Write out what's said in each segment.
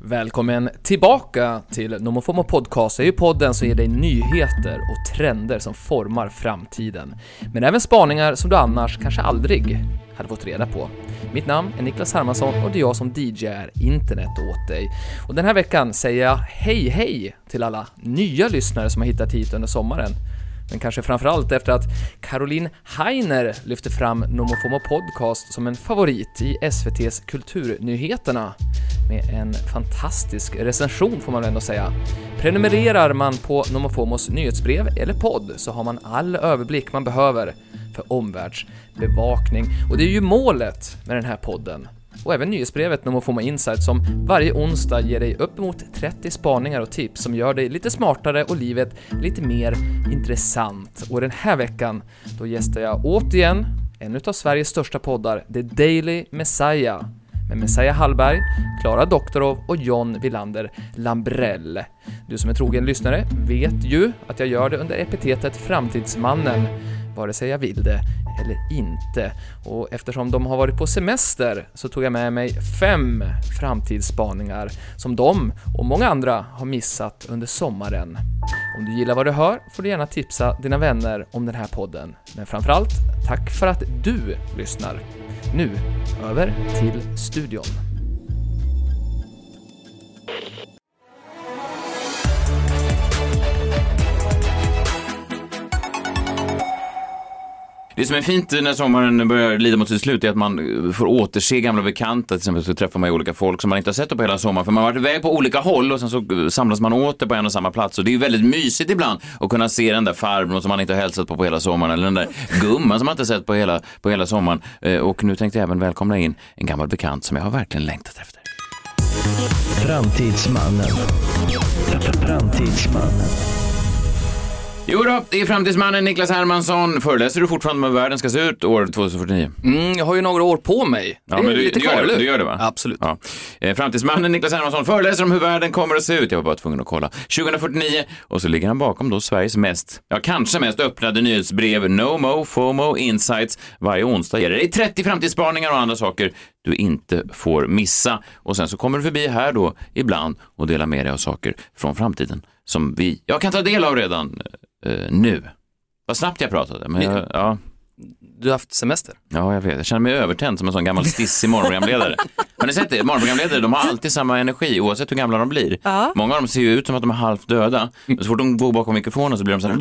Välkommen tillbaka till NomoFomo Podcast. Det är ju podden som ger dig nyheter och trender som formar framtiden. Men även spaningar som du annars kanske aldrig hade fått reda på. Mitt namn är Niklas Hermansson och det är jag som DJar internet åt dig. Och den här veckan säger jag hej hej till alla nya lyssnare som har hittat hit under sommaren. Men kanske framförallt efter att Caroline Heiner lyfte fram NomoFomo Podcast som en favorit i SVT's Kulturnyheterna. Med en fantastisk recension får man väl ändå säga. Prenumererar man på NomoFomos nyhetsbrev eller podd så har man all överblick man behöver för omvärldsbevakning. Och det är ju målet med den här podden och även nyhetsbrevet Nomofomo Insight som varje onsdag ger dig uppemot 30 spaningar och tips som gör dig lite smartare och livet lite mer intressant. Och den här veckan, då gästar jag återigen en utav Sveriges största poddar, The Daily Messiah, med Messiah Hallberg, Klara Doktorov och John Villander Lambrell. Du som är trogen lyssnare vet ju att jag gör det under epitetet Framtidsmannen vare sig jag vill det eller inte. Och eftersom de har varit på semester så tog jag med mig fem framtidsspaningar som de och många andra har missat under sommaren. Om du gillar vad du hör får du gärna tipsa dina vänner om den här podden. Men framförallt, tack för att du lyssnar. Nu, över till studion. Det som är fint när sommaren börjar lida mot sitt slut är att man får återse gamla bekanta. Till exempel så träffar man ju olika folk som man inte har sett på hela sommaren. För man har varit iväg på olika håll och sen så samlas man åter på en och samma plats. Och det är ju väldigt mysigt ibland att kunna se den där farbrorn som man inte har hälsat på på hela sommaren. Eller den där gumman som man inte har sett på hela, på hela sommaren. Eh, Och nu tänkte jag även välkomna in en gammal bekant som jag har verkligen längtat efter. Framtidsmannen. Framtidsmannen. Jo då, det är framtidsmannen Niklas Hermansson. Föreläser du fortfarande om hur världen ska se ut år 2049? Mm, jag har ju några år på mig. Ja, men du, du, gör det, eller? du gör det va? Absolut. Ja. Eh, Framtidsmannen Niklas Hermansson föreläser om hur världen kommer att se ut. Jag var bara tvungen att kolla. 2049 och så ligger han bakom då Sveriges mest, ja kanske mest öppnade nyhetsbrev NoMo FOMO Insights. Varje onsdag ger det dig 30 framtidsspaningar och andra saker du inte får missa. Och sen så kommer du förbi här då ibland och delar med dig av saker från framtiden som vi, jag kan ta del av redan eh, nu. Vad snabbt jag pratade. Men jag, ja. Du har haft semester. Ja, jag vet. Jag känner mig övertänd som en sån gammal stissig morgonprogramledare. Har ni sett det? Morgonprogramledare, de har alltid samma energi oavsett hur gamla de blir. Många av dem ser ju ut som att de är halvt döda. Men så fort de går bakom mikrofonen så blir de så här.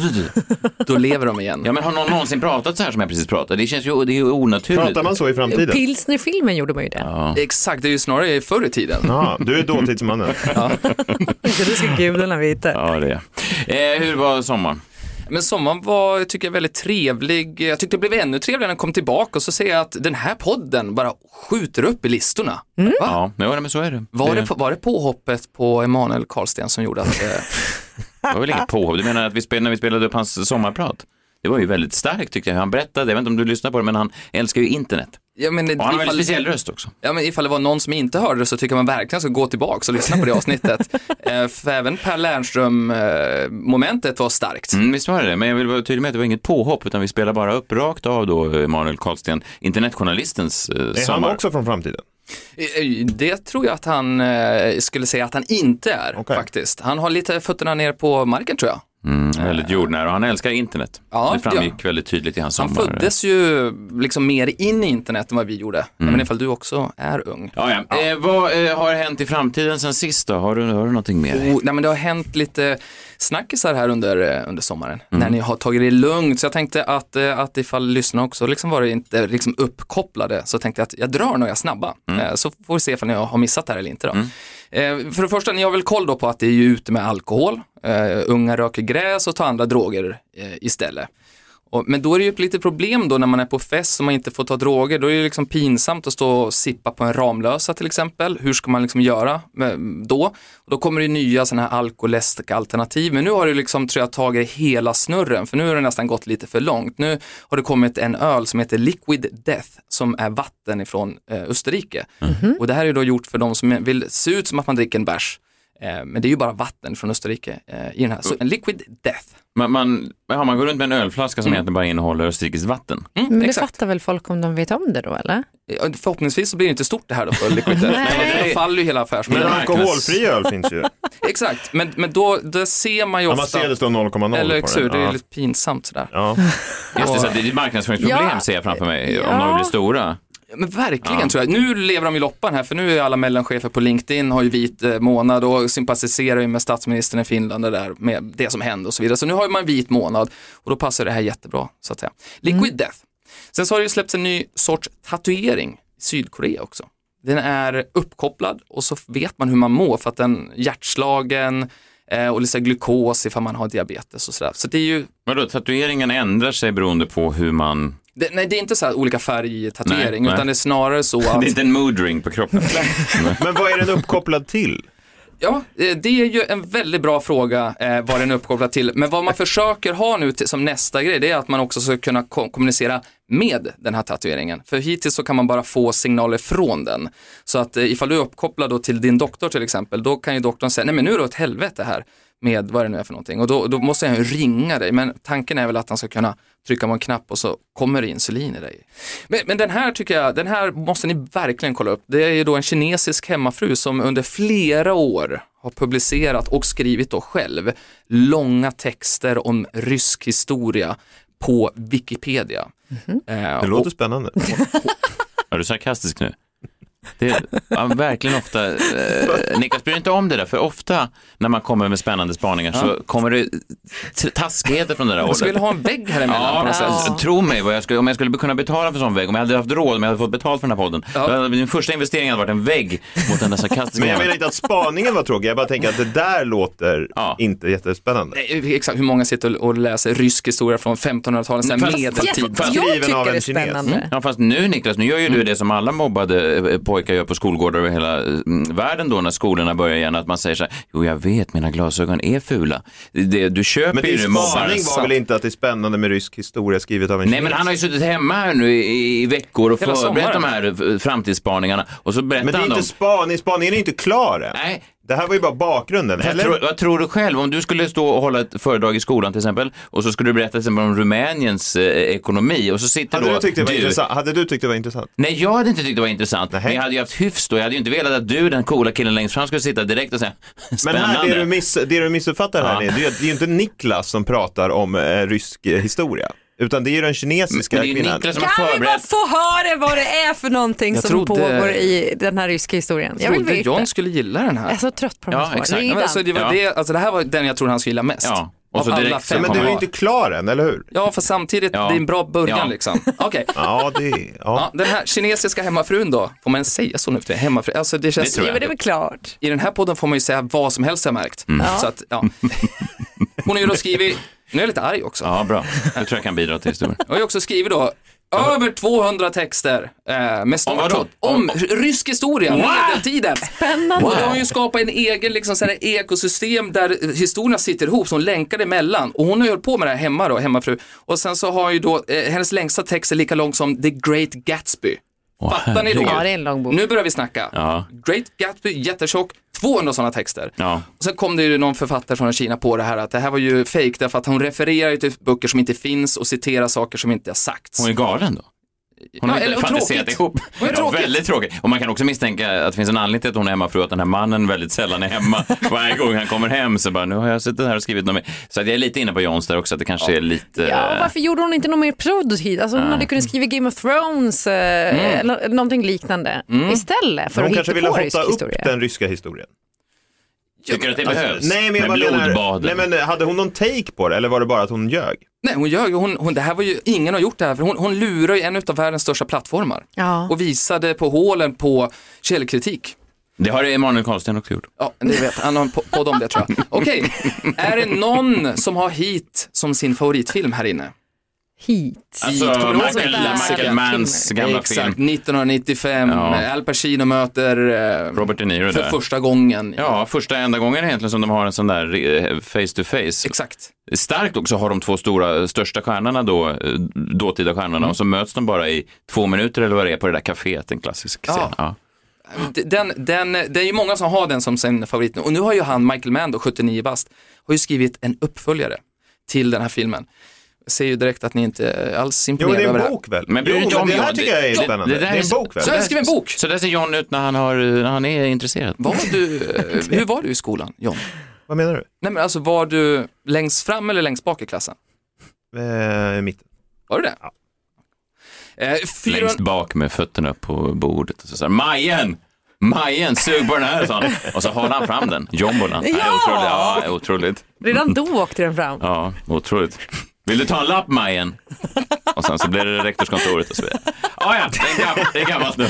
Då lever de igen. Ja, men har någon någonsin pratat så här som jag precis pratade? Det känns ju det är ju onaturligt. Pratar man så i framtiden? Pilsnerfilmen gjorde man ju det. Exakt, det är ju snarare förr i tiden. Ja, du är dåtidsmannen. Inte det ska gudarna veta. Ja, det är. Eh, hur var sommaren? Men sommaren var, tycker jag, väldigt trevlig. Jag tyckte det blev ännu trevligare när jag kom tillbaka och så ser jag att den här podden bara skjuter upp i listorna. Va? Ja, men, ja, men så är det. Mm. Var, det, på- var det påhoppet på Emanuel Karlsten som gjorde att... Eh, Det var väl inget påhopp. Du menar att vi spelade, när vi spelade upp hans sommarprat? Det var ju väldigt starkt tyckte jag. Han berättade, jag vet inte om du lyssnar på det, men han älskar ju internet. ja, men, Och han har en ifall- väldigt speciell röst också. Ja, men ifall det var någon som inte hörde det så tycker jag man verkligen ska gå tillbaka och lyssna på det avsnittet. eh, för även Per Lernström-momentet var starkt. Mm, visst var det det, men jag vill vara tydlig med att det var inget påhopp utan vi spelar bara upp rakt av då eh, Emanuel Karlsten, internetjournalistens eh, Är han sommar. också från framtiden? Eh, Det tror jag att han eh, skulle säga att han inte är Okej. faktiskt. Han har lite fötterna ner på marken tror jag. Mm, väldigt jordnära och han älskar internet. Ja, det framgick väldigt tydligt i hans Han sommar. föddes ju liksom mer in i internet än vad vi gjorde. Men ifall du också är ung. Ja, ja. Eh, vad eh, har hänt i framtiden sen sist då? Har du, har du någonting mer? Och, nej, men det har hänt lite snackisar här under, eh, under sommaren när ni har tagit det lugnt. Så jag tänkte att, eh, att ifall lyssnarna också liksom var inte liksom uppkopplade så tänkte jag att jag drar några snabba. Eh, Så får vi se ifall ni har missat det här eller inte. Då. Eh, För det första, ni har väl koll då på att det är ju ute med alkohol. Eh, unga röker gräs och tar andra droger eh, istället. Och, men då är det ju ett litet problem då när man är på fest och man inte får ta droger. Då är det ju liksom pinsamt att stå och sippa på en Ramlösa till exempel. Hur ska man liksom göra med, då? Och då kommer det ju nya sådana här alkoläskalternativ. Men nu har det liksom tror jag tagit hela snurren för nu har det nästan gått lite för långt. Nu har det kommit en öl som heter Liquid Death som är vatten ifrån eh, Österrike. Och det här är ju då gjort för de som vill se ut som att man dricker en bärs. Eh, men det är ju bara vatten från Österrike eh, i den här. Så en Liquid Death. Man, man, ja, man går runt med en ölflaska som egentligen bara innehåller österrikiskt vatten. Mm, Men det exakt. fattar väl folk om de vet om det då eller? Ja, Förhoppningsvis så blir det inte stort det här då för Liquid Death. Nej. Nej. Det faller ju hela Men affärsmodellen. alkoholfri öl finns ju. Exakt, men, men då, då ser man ju Ja, man ofta... ser det står 0,0 eller på den. hur, det är Ja. lite pinsamt sådär. Ja. Just det, så att det är ett marknadsföringsproblem Ja. ser jag framför mig om Ja. de blir stora. Men verkligen tror jag. Nu lever de i loppan här för nu är alla mellanchefer på LinkedIn, har ju vit eh, månad och sympatiserar ju med statsministern i Finland och där med det som händer och så vidare. Så nu har man vit månad och då passar det här jättebra så att säga. Liquid Mm. Death. Sen så har det ju släppts en ny sorts tatuering i Sydkorea också. Den är uppkopplad och så vet man hur man mår för att den hjärtslagen eh, och lite så här glukos ifall man har diabetes och sådär. Så det är ju Men då, tatueringen ändrar sig beroende på hur man... det, nej, det är inte så här olika färg i tatuering, Nej, nej. utan det är snarare så att... Det är inte en mood ring på kroppen. Men vad är den uppkopplad till? Ja, eh, det är ju en väldigt bra fråga eh, vad den är uppkopplad till. Men vad man försöker ha nu till, som nästa grej, det är att man också ska kunna ko- kommunicera med den här tatueringen. För hittills så kan man bara få signaler från den. Så att eh, ifall du är uppkopplad då till din doktor till exempel, då kan ju doktorn säga, nej men nu är det åt helvete här med vad det nu är för någonting. Och då, då måste han ju ringa dig, men tanken är väl att han ska kunna trycka på en knapp och så kommer det insulin i dig. Men, men den här tycker jag, den här måste ni verkligen kolla upp. Det är ju då en kinesisk hemmafru som under flera år har publicerat och skrivit då själv långa texter om rysk historia på Wikipedia. Eh, Det låter spännande. Är du sarkastisk nu? Det är ja, verkligen ofta, eh, Niklas bryr inte om det där, för ofta när man kommer med spännande spaningar så kommer det t- taskigheter från det där och, jag skulle hållet. vilja ha en vägg här emellan på något Ja, sätt. ja. tro mig, vad jag skulle, om jag skulle kunna betala för sån vägg, om jag hade haft råd, om jag hade fått betalt för den här podden, Ja. då hade min första investering hade varit en vägg mot den där sarkastiska Men jag menar jäveln. inte att spaningen var tråkig, jag bara tänker att det där låter Ja. inte jättespännande. Nej, Exakt hur många sitter och läser rysk historia från 1500-talet, sen Fast- medeltid. fast- jag Skriven tycker av det är en kines. spännande. Mm. Ja, fast nu Niklas, nu gör ju Mm. du det som alla mobbade eh, pojkar gör på skolgårdar över hela eh, världen då när skolorna börjar igen, att man säger så här, jo jag vet mina glasögon är fula. Det, du köper Men ju din det mobbar. spaning var väl inte att det är spännande med rysk historia skrivet av en Nej men han har ju suttit hemma här nu i, i veckor och Hela förberett de sommaren. här eh, framtidsspaningarna och så berättar Men det är han inte dem. spaning, spaningen är inte klar än. Nej, Det här var ju bara bakgrunden, Vad eller? tror, vad tror du själv? Om du skulle stå och hålla ett föredrag i skolan till exempel och så skulle du berätta till exempel om Rumäniens eh, ekonomi och så sitter Hade då du, tyckt det var intressant? Hade du tyckt det var intressant? Nej, jag hade inte tyckt det var intressant. Nähä. Men jag hade ju haft hyfs då. Jag hade ju inte velat att du, den coola killen längst fram, skulle sitta direkt och säga Men spännande. här, det, du miss, det du missuppfattar här Ja. nu, det, är- det är ju inte Niklas som pratar om eh, rysk eh, historia. Utan det är ju den kinesiska Men det är ju kvinnan. Niklas som har Kan vi bara förberett. få höra vad det är för någonting Jag som trodde- pågår i den här ryska historien? Jag vill trodde veta. John skulle gilla den Jag här. är så trött på de Ja, här exakt. svaren. Ja, men Redan. alltså, det, var Ja. det, alltså, det här var den jag tror han skulle gilla mest. Ja, och så Av alla direkt så fem Men du är kommer ju Ja. inte klar än, eller hur? Ja, för samtidigt, Ja. det är en bra början Ja. liksom. Okej. Ja, det är... Ja, Ja. den här kinesiska hemmafrun då, får man ens säga så nu för tiden? Hemmafru, alltså det känns, Det tror jag. Ja, Mm. men det är väl klart. i den här podden får man ju säga vad som helst jag märkt. Så att, ja. Hon har ju då skrivit, nu är jag lite arg också, Ja, bra. Det tror jag kan bidra till historien. jag har ju också skrivit då över 200 texter eh, med Om vadå? startskott om rysk historia, medeltiden. Spännande. Och då har hon ju skapat en egen liksom, så här, ekosystem där historierna sitter ihop, så hon länkar det emellan. Och hon har ju hållit på med det här hemma då, hemmafru. Och sen så har ju då, eh, hennes längsta text är lika lång som The Great Gatsby. Fattar ni då? Ja, det är en lång bok. Nu börjar vi snacka. Ja. Great Gatsby, jättetjock, 200 sådana texter. Ja. Och sen kom det ju någon författare från Kina på det här att det här var ju fake därför att hon refererar ju till böcker som inte finns och citerar saker som inte har sagts. Hon är galen då. Hon Ja, har eller- inte och fantiserat tråkigt. ihop. Hon är ja, tråkigt. väldigt tråkigt. Och man kan också misstänka att det finns en anledning till att hon är hemmafru, att den här mannen väldigt sällan är hemma. Varje gång han kommer hem så bara, nu har jag suttit här och skrivit något mer. Så att jag är lite inne på Johns där också, att det kanske är lite... Ja, varför gjorde hon inte någon mer prod hit? Alltså, hon hade kunnat skriva Game of Thrones eh, eller någonting liknande istället för Hon att kanske hitta ville på hotta rysk upp historia. den ryska historien. Alltså, Tycker du att det behövs? Nej, men jag bara Med menar, blodbaden. nej, men eh, hade hon någon take på det eller var det bara att hon ljög? Nej, hon gör ju, hon, hon, det här var ju, ingen har gjort det här, för hon, hon lurar ju en av världens största plattformar Ja. och visade på hålen på källkritik. Det har Emanuel Karlsten också gjort. Ja, det vet han, har en po- podd om det tror jag. Okej, är det någon som har hit som sin favoritfilm här inne? Hit. Alltså, Kommer du ihåg Michael, sånt där? Michael Manns gamla Exakt, film. 1995, Ja. Al Pacino möter eh, Robert De Niro för där. första gången. Ja, första enda gången egentligen som de har en sån där eh, face to face. Exakt. Starkt också har de två stora, största stjärnorna då, eh, dåtida stjärnorna Mm. och så möts de bara i två minuter eller vad det är på det där kaféet, en klassisk Ja. scen. Ja. Den, den, det är ju många som har den som sin favorit nu. Och nu har ju han, Michael Mann då, 79 bast, har ju skrivit en uppföljare till den här filmen. ser ju direkt att ni inte alls Jo, men imponerar det över det är en här. bok väl? Men blir jo, det men John det här John? tycker jag är Det- spännande. det Det där är är en så- bok väl? Så jag skrev en bok. Så där ser John ut när han, har, när han är intresserad. Var du, eh, hur var du i skolan, John? Vad menar du? Nej men alltså var du längst fram eller längst bak i klassen? Eh, mitt. Var du det? Ja. Eh, fyra... Längst bak med fötterna på bordet. Och så säger han, Majen! Majen, sug på den här, sa han. Och så håller han fram den, jombolan. Ja! Ja! Otroligt. Ja, otroligt. Redan då åkte den fram. Ja, otroligt. Vill du ta en lapp, Majen? Och sen så blir det rektorskontoret och så vidare. Ah, ja, det är gammalt, det är gammalt nu.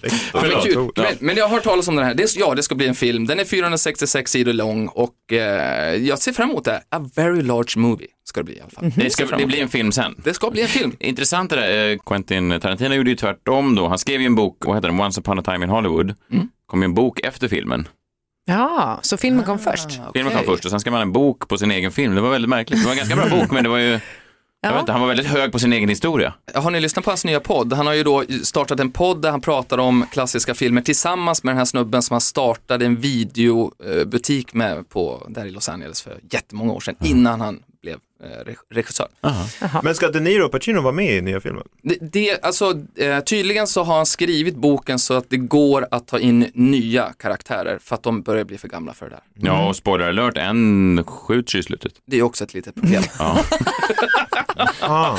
Men, Förlåt. gud, Ja. men, men jag har hört talas om den här. Det, ja, det ska bli en film. Den är 466 sidor lång och eh, jag ser fram emot det. här. A very large movie ska det bli i alla fall. Det, ska, det blir en film sen. Det ska bli en film. Intressant det där. eh, Quentin Tarantino gjorde ju tvärtom då. Han skrev ju en bok, vad heter den, Once upon a time in Hollywood. Kom ju en bok efter filmen. Ja, så filmen kom först. Filmen kom först och sen skrev man en bok på sin egen film. Det var väldigt märkligt. Det var en ganska bra bok men det var ju, jag vet inte, han var väldigt hög på sin egen historia. Har ni lyssnat på hans nya podd? Han har ju då startat en podd där han pratar om klassiska filmer tillsammans med den här snubben som han startade en videobutik med på, där i Los Angeles för jättemånga år sedan Mm. innan han blev eh, reg- regissör. Men ska De Niro och Pacino vara med i nya filmen? Det, det, alltså, eh, tydligen så har han skrivit boken så att det går att ta in nya karaktärer för att de börjar bli för gamla för det där. Ja, och spoiler alert, en skjuts ju i slutet. Det är också ett litet problem. Ah.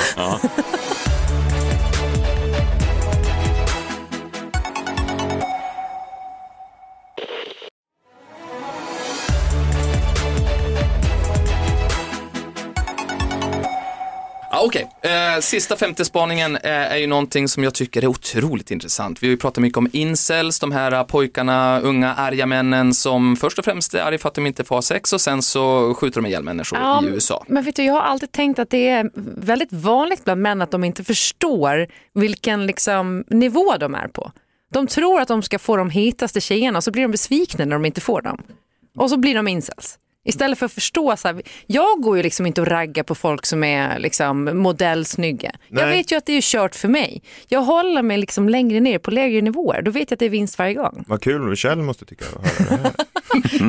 Ja, Okej, eh, sista femte spaningen eh, är ju någonting som jag tycker är otroligt intressant. Vi har ju pratat mycket om incels, de här eh, pojkarna, unga arga männen som först och främst är arga för att de inte får ha sex och sen så skjuter de ihjäl människor Ja, i USA. Men vet du, jag har alltid tänkt att det är väldigt vanligt bland män att de inte förstår vilken liksom, nivå de är på. De tror att de ska få de hetaste tjejerna och så blir de besvikna när de inte får dem. Och så blir de incels. Istället för att förstå, så här, jag går ju liksom inte och raggar på folk som är liksom modellsnygga. Jag Nej. vet ju att det är kört för mig. Jag håller mig liksom längre ner på lägre nivåer. Då vet jag att det är vinst varje gång. Vad kul, Kjell måste tycka. att höra det här.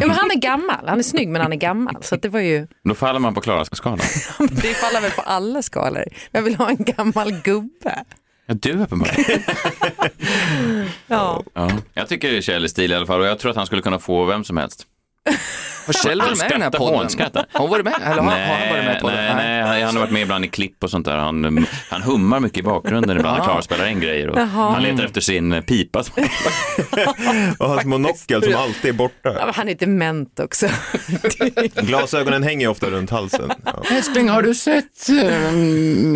Ja, men han är gammal, han är snygg men han är gammal. Så att det var ju, Då faller man på Klara-skalan. det faller väl på alla skalor. Jag vill ha en gammal gubbe. Ja, du uppenbarligen. Ja. Ja. Jag tycker Kjell är stilig i alla fall och jag tror att han skulle kunna få vem som helst. Har Kjell varit med i den här Skrattar podden? hånskrattar. Har hon varit med? Eller har, har han varit med i nej, podden? nej, nej, han- han har varit med ibland i klipp och sånt där. Han, um, han hummar mycket i bakgrunden ibland när Klara spelar in grejer. Och han letar efter sin eh, pipa. som- Och hans monokel som alltid är Ja, borta. men Han är dement också. Glasögonen hänger ofta runt halsen. Ja. Älskling, har du sett eh,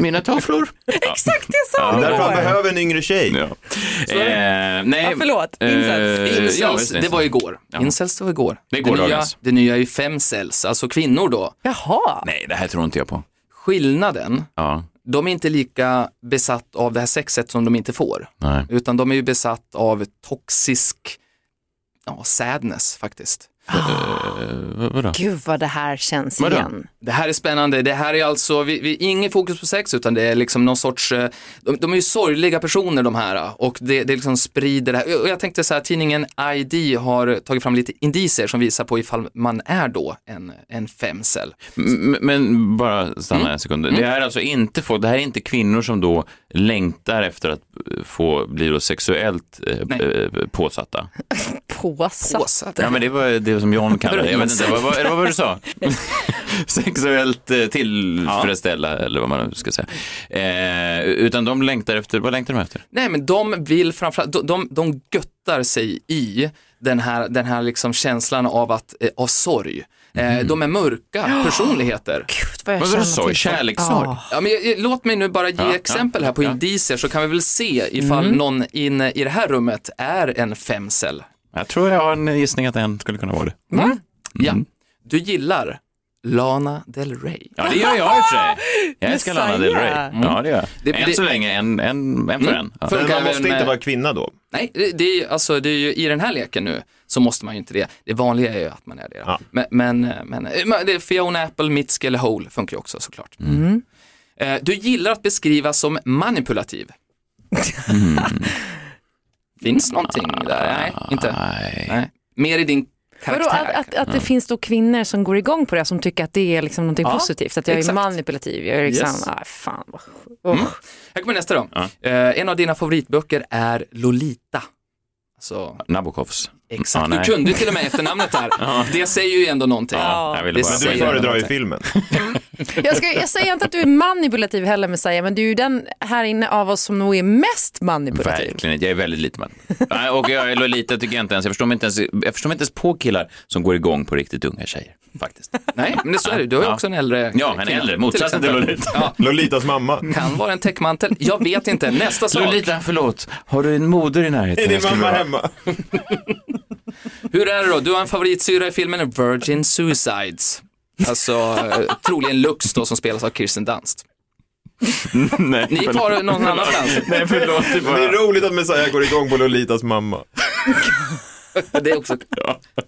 mina tofflor? Exakt det jag sa Det är därför han igår. behöver en yngre tjej. Ja. Eh, nej. Ja, förlåt. Incels. Eh, Incels, ja, visst, det var igår. Ja. Incels, det var igår. Det är gårdagens. nya, det nya är ju femcells, alltså kvinnor då. Jaha, Nej, det här tror inte jag på. Skillnaden, Ja, de är inte lika besatt av det här sexet som de inte får. nej. Utan de är ju besatt av toxisk ja, sadness faktiskt. V- vadå? gud vad det här känns Vadå? igen. Det här är spännande, det här är alltså, vi, vi, ingen fokus på sex utan det är liksom någon sorts, eh, de, de är ju sorgliga personer de här och det, det liksom sprider det här. Och jag tänkte så här, tidningen ID har tagit fram lite indicier som visar på ifall man är då en, en femcell. M- Men bara stanna Mm. en sekund. Det här är alltså inte folk, det här är inte kvinnor som då längtar efter att eh, få bli då sexuellt eh, Nej. eh, påsatta. Påsatt. Påsatt. Ja men det var det som John kallade det. Jag vet inte, vad, vad, eller vad var det du sa? Sexuellt eh, tillfredsställa eller vad man nu ska säga. Eh, utan de längtar efter, vad längtar de efter? Nej men de vill framförallt, de, de, de göttar sig i den här, den här liksom känslan av, att, eh, av sorg. Eh, De är mörka personligheter. Gud vad jag Vad var det du sa? känner till. Kärlekssorg? Ja. Ja, men, jag- jag- låt mig nu bara ge Ja, exempel ja, här på ja. Mm. indicier så kan vi väl se ifall någon inne i det här rummet är en femcell. Jag tror jag har en gissning att en skulle kunna vara det. Ja. Du gillar Lana Del Rey. Mm. Ja det gör jag i och för sig. Jag älskar Lana Del Rey. Messiah. Ja det gör Det- jag. Än så det- länge, en, en, en för en. Ja. För- Men man måste Även, inte eh, vara kvinna då. Nej, det, det, är, ju- alltså, det är ju i den här leken nu så måste man ju inte det. Det vanliga är ju att man är det. Ja. Men, men, men, eh, men det är Fiona Apple, Mitski eller Hole funkar ju också såklart. Mm. Mm. Eh, Du gillar att beskrivas som manipulativ. Mm. Finns någonting där? Nej, inte. Nej. Nej. Mer i din Vadå, karaktär. att, att, att det finns då kvinnor som går igång på det, som tycker att det är liksom någonting Ja, positivt, att jag exakt. är manipulativ, jag är liksom, Yes. ah, fan vad oh. Här kommer nästa då. Eh, en av dina favoritböcker är Lolita. Alltså, Nabokovs. exakt. Ja, du nej. kunde ju till och med efternamnet här. Det säger ju ändå någonting. Ja, jag ville Det bara Men säger du säga. jag. föredrar ju filmen. jag, ska, jag säger inte att du är manipulativ heller Messiah, men du är ju den här inne av oss som nog är mest manipulativ. Verkligen inte. Jag är väldigt lite man. Nej, Och jag är Lolita tycker jag inte ens. Jag förstår mig inte ens, jag förstår mig inte ens på killar som går igång på riktigt unga tjejer. Faktiskt. Nej, men det så är det. Du har ju Ja. också en äldre Ja, en kvinna, äldre. Motsatsen till exempel. Lolita. Ja, Lolitas mamma. kan vara en täckmantel. Jag vet inte. Nästa sak. Lolita, förlåt. Har du en moder i närheten? Är din Jag skulle vilja- mamma hemma? Hur är det då? Du har en favoritsyra i filmen Virgin Suicides. Alltså, eh, troligen Lux då som spelas av Kirsten Dunst. Nej, Ni förlåt. tar det någon annanstans. Nej, förlåt. Det Det är bara... roligt att Messiah går igång på Lolitas mamma. Det är också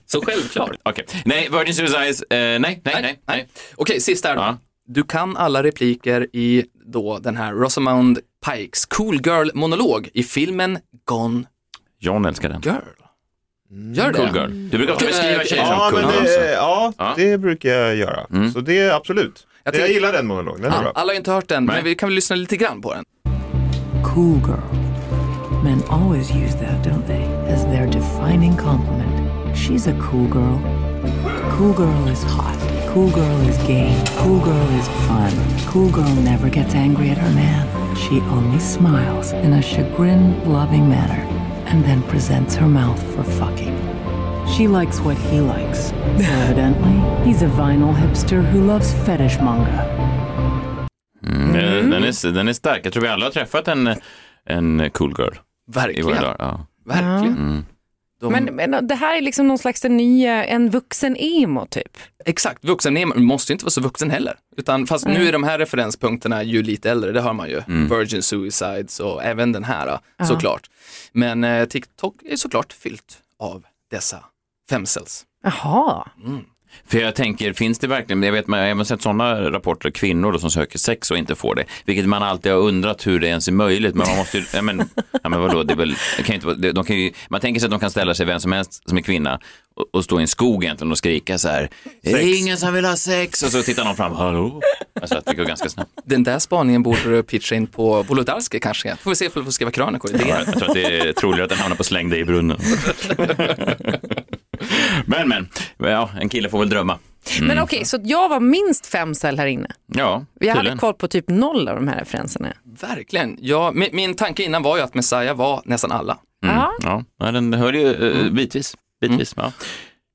så självklart. Okej. Nej, Virgin Suicides. eh, nej, nej, nej. nej. Okej, sista här då. Ja. Du kan alla repliker i då den här Rosamund Pikes Cool Girl-monolog i filmen Gone John älskar den. Girl. Gör det? Cool girl. Du brukar ofta Eh, beskriva tjejer som Ja, cool men girls. det, ja, Ja. det brukar jag göra. Så det är absolut. Jag, tycker- gillar den monologen, den är Ja, bra. alla har ju inte hört den, men Nej. vi kan väl lyssna lite grann på den. cool girl. Men always use that, don't they, as their defining compliment. She's a cool girl. Cool girl is hot. Cool girl is gay. Cool girl is fun. Cool girl never gets angry at her man. She only smiles in a chagrin loving manner and then presents her mouth for fucking. She likes what he likes. Evidently, he's a vinyl hipster who loves fetish manga. Mm. Den, den, är, den är stark. Jag tror vi alla har träffat en, en cool girl i våra Verkligen. dagar. Ja. Verkligen. Mm. De, Men, men det här är liksom någon slags den nya, en vuxen emo typ. Exakt, vuxen är, måste ju inte vara så vuxen heller. Utan, fast nu är de här referenspunkterna ju lite äldre, det hör man ju. Mm. Virgin Suicides och även den här såklart. Men eh, TikTok är såklart fyllt av dessa femcells. Jaha, För jag tänker, finns det verkligen, jag vet, man har även sett sådana rapporter, kvinnor då, som söker sex och inte får det, vilket man alltid har undrat hur det ens är möjligt, men man måste ju, ja men, ja, men vadå, det är väl, det kan ju inte, vara- det- de kan ju, man tänker sig att de kan ställa sig vem som helst som är kvinna och, och stå i en skog egentligen och skrika så här, är det ingen som vill ha sex? Och så tittar någon fram, hallå? Alltså att det går ganska snabbt. Den där spaningen borde du pitcha in på Wolodarski kanske. Får vi se ifall du får skriva krönikor i Ja, DN. jag tror att det är troligare att den hamnar på släng dig i brunnen. Men, men, ja, en kille får väl drömma. men okej, så jag var minst fem cell här inne. Ja, Jag hade tydligen. koll på typ noll av de här referenserna. Verkligen. Ja, min, min tanke innan var ju att Messiah var nästan alla. Ja. Ja, nej, den höll ju Mm. eh, bitvis. bitvis ja.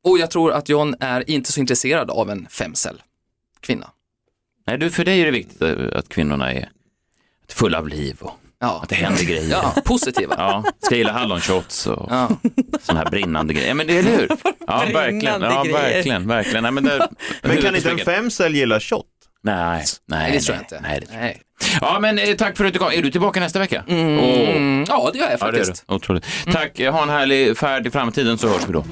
Och jag tror att John är inte så intresserad av en femcell kvinna. Nej, du, för dig är det viktigt eh, att kvinnorna är fulla av liv och Ja, att det händer grejer. ja Ja. positiva. ska gilla hallonshots och Ja. sådana här brinnande grejer. Ja, men det är hur? Ja, verkligen. Brinnande Ja, grejer. verkligen, verkligen. Nej, men, där, Men kan inte en Nej, femcell gilla shot? nej, nej. Nej, det tror jag inte. Nej, det tror jag. Ja, men eh, tack för att du kom. Är du tillbaka nästa vecka? Åh, Mm, ja, det gör jag Ja, det är faktiskt. Mm. du. Otroligt. Tack, eh, ha en härlig färd i framtiden så hörs vi då.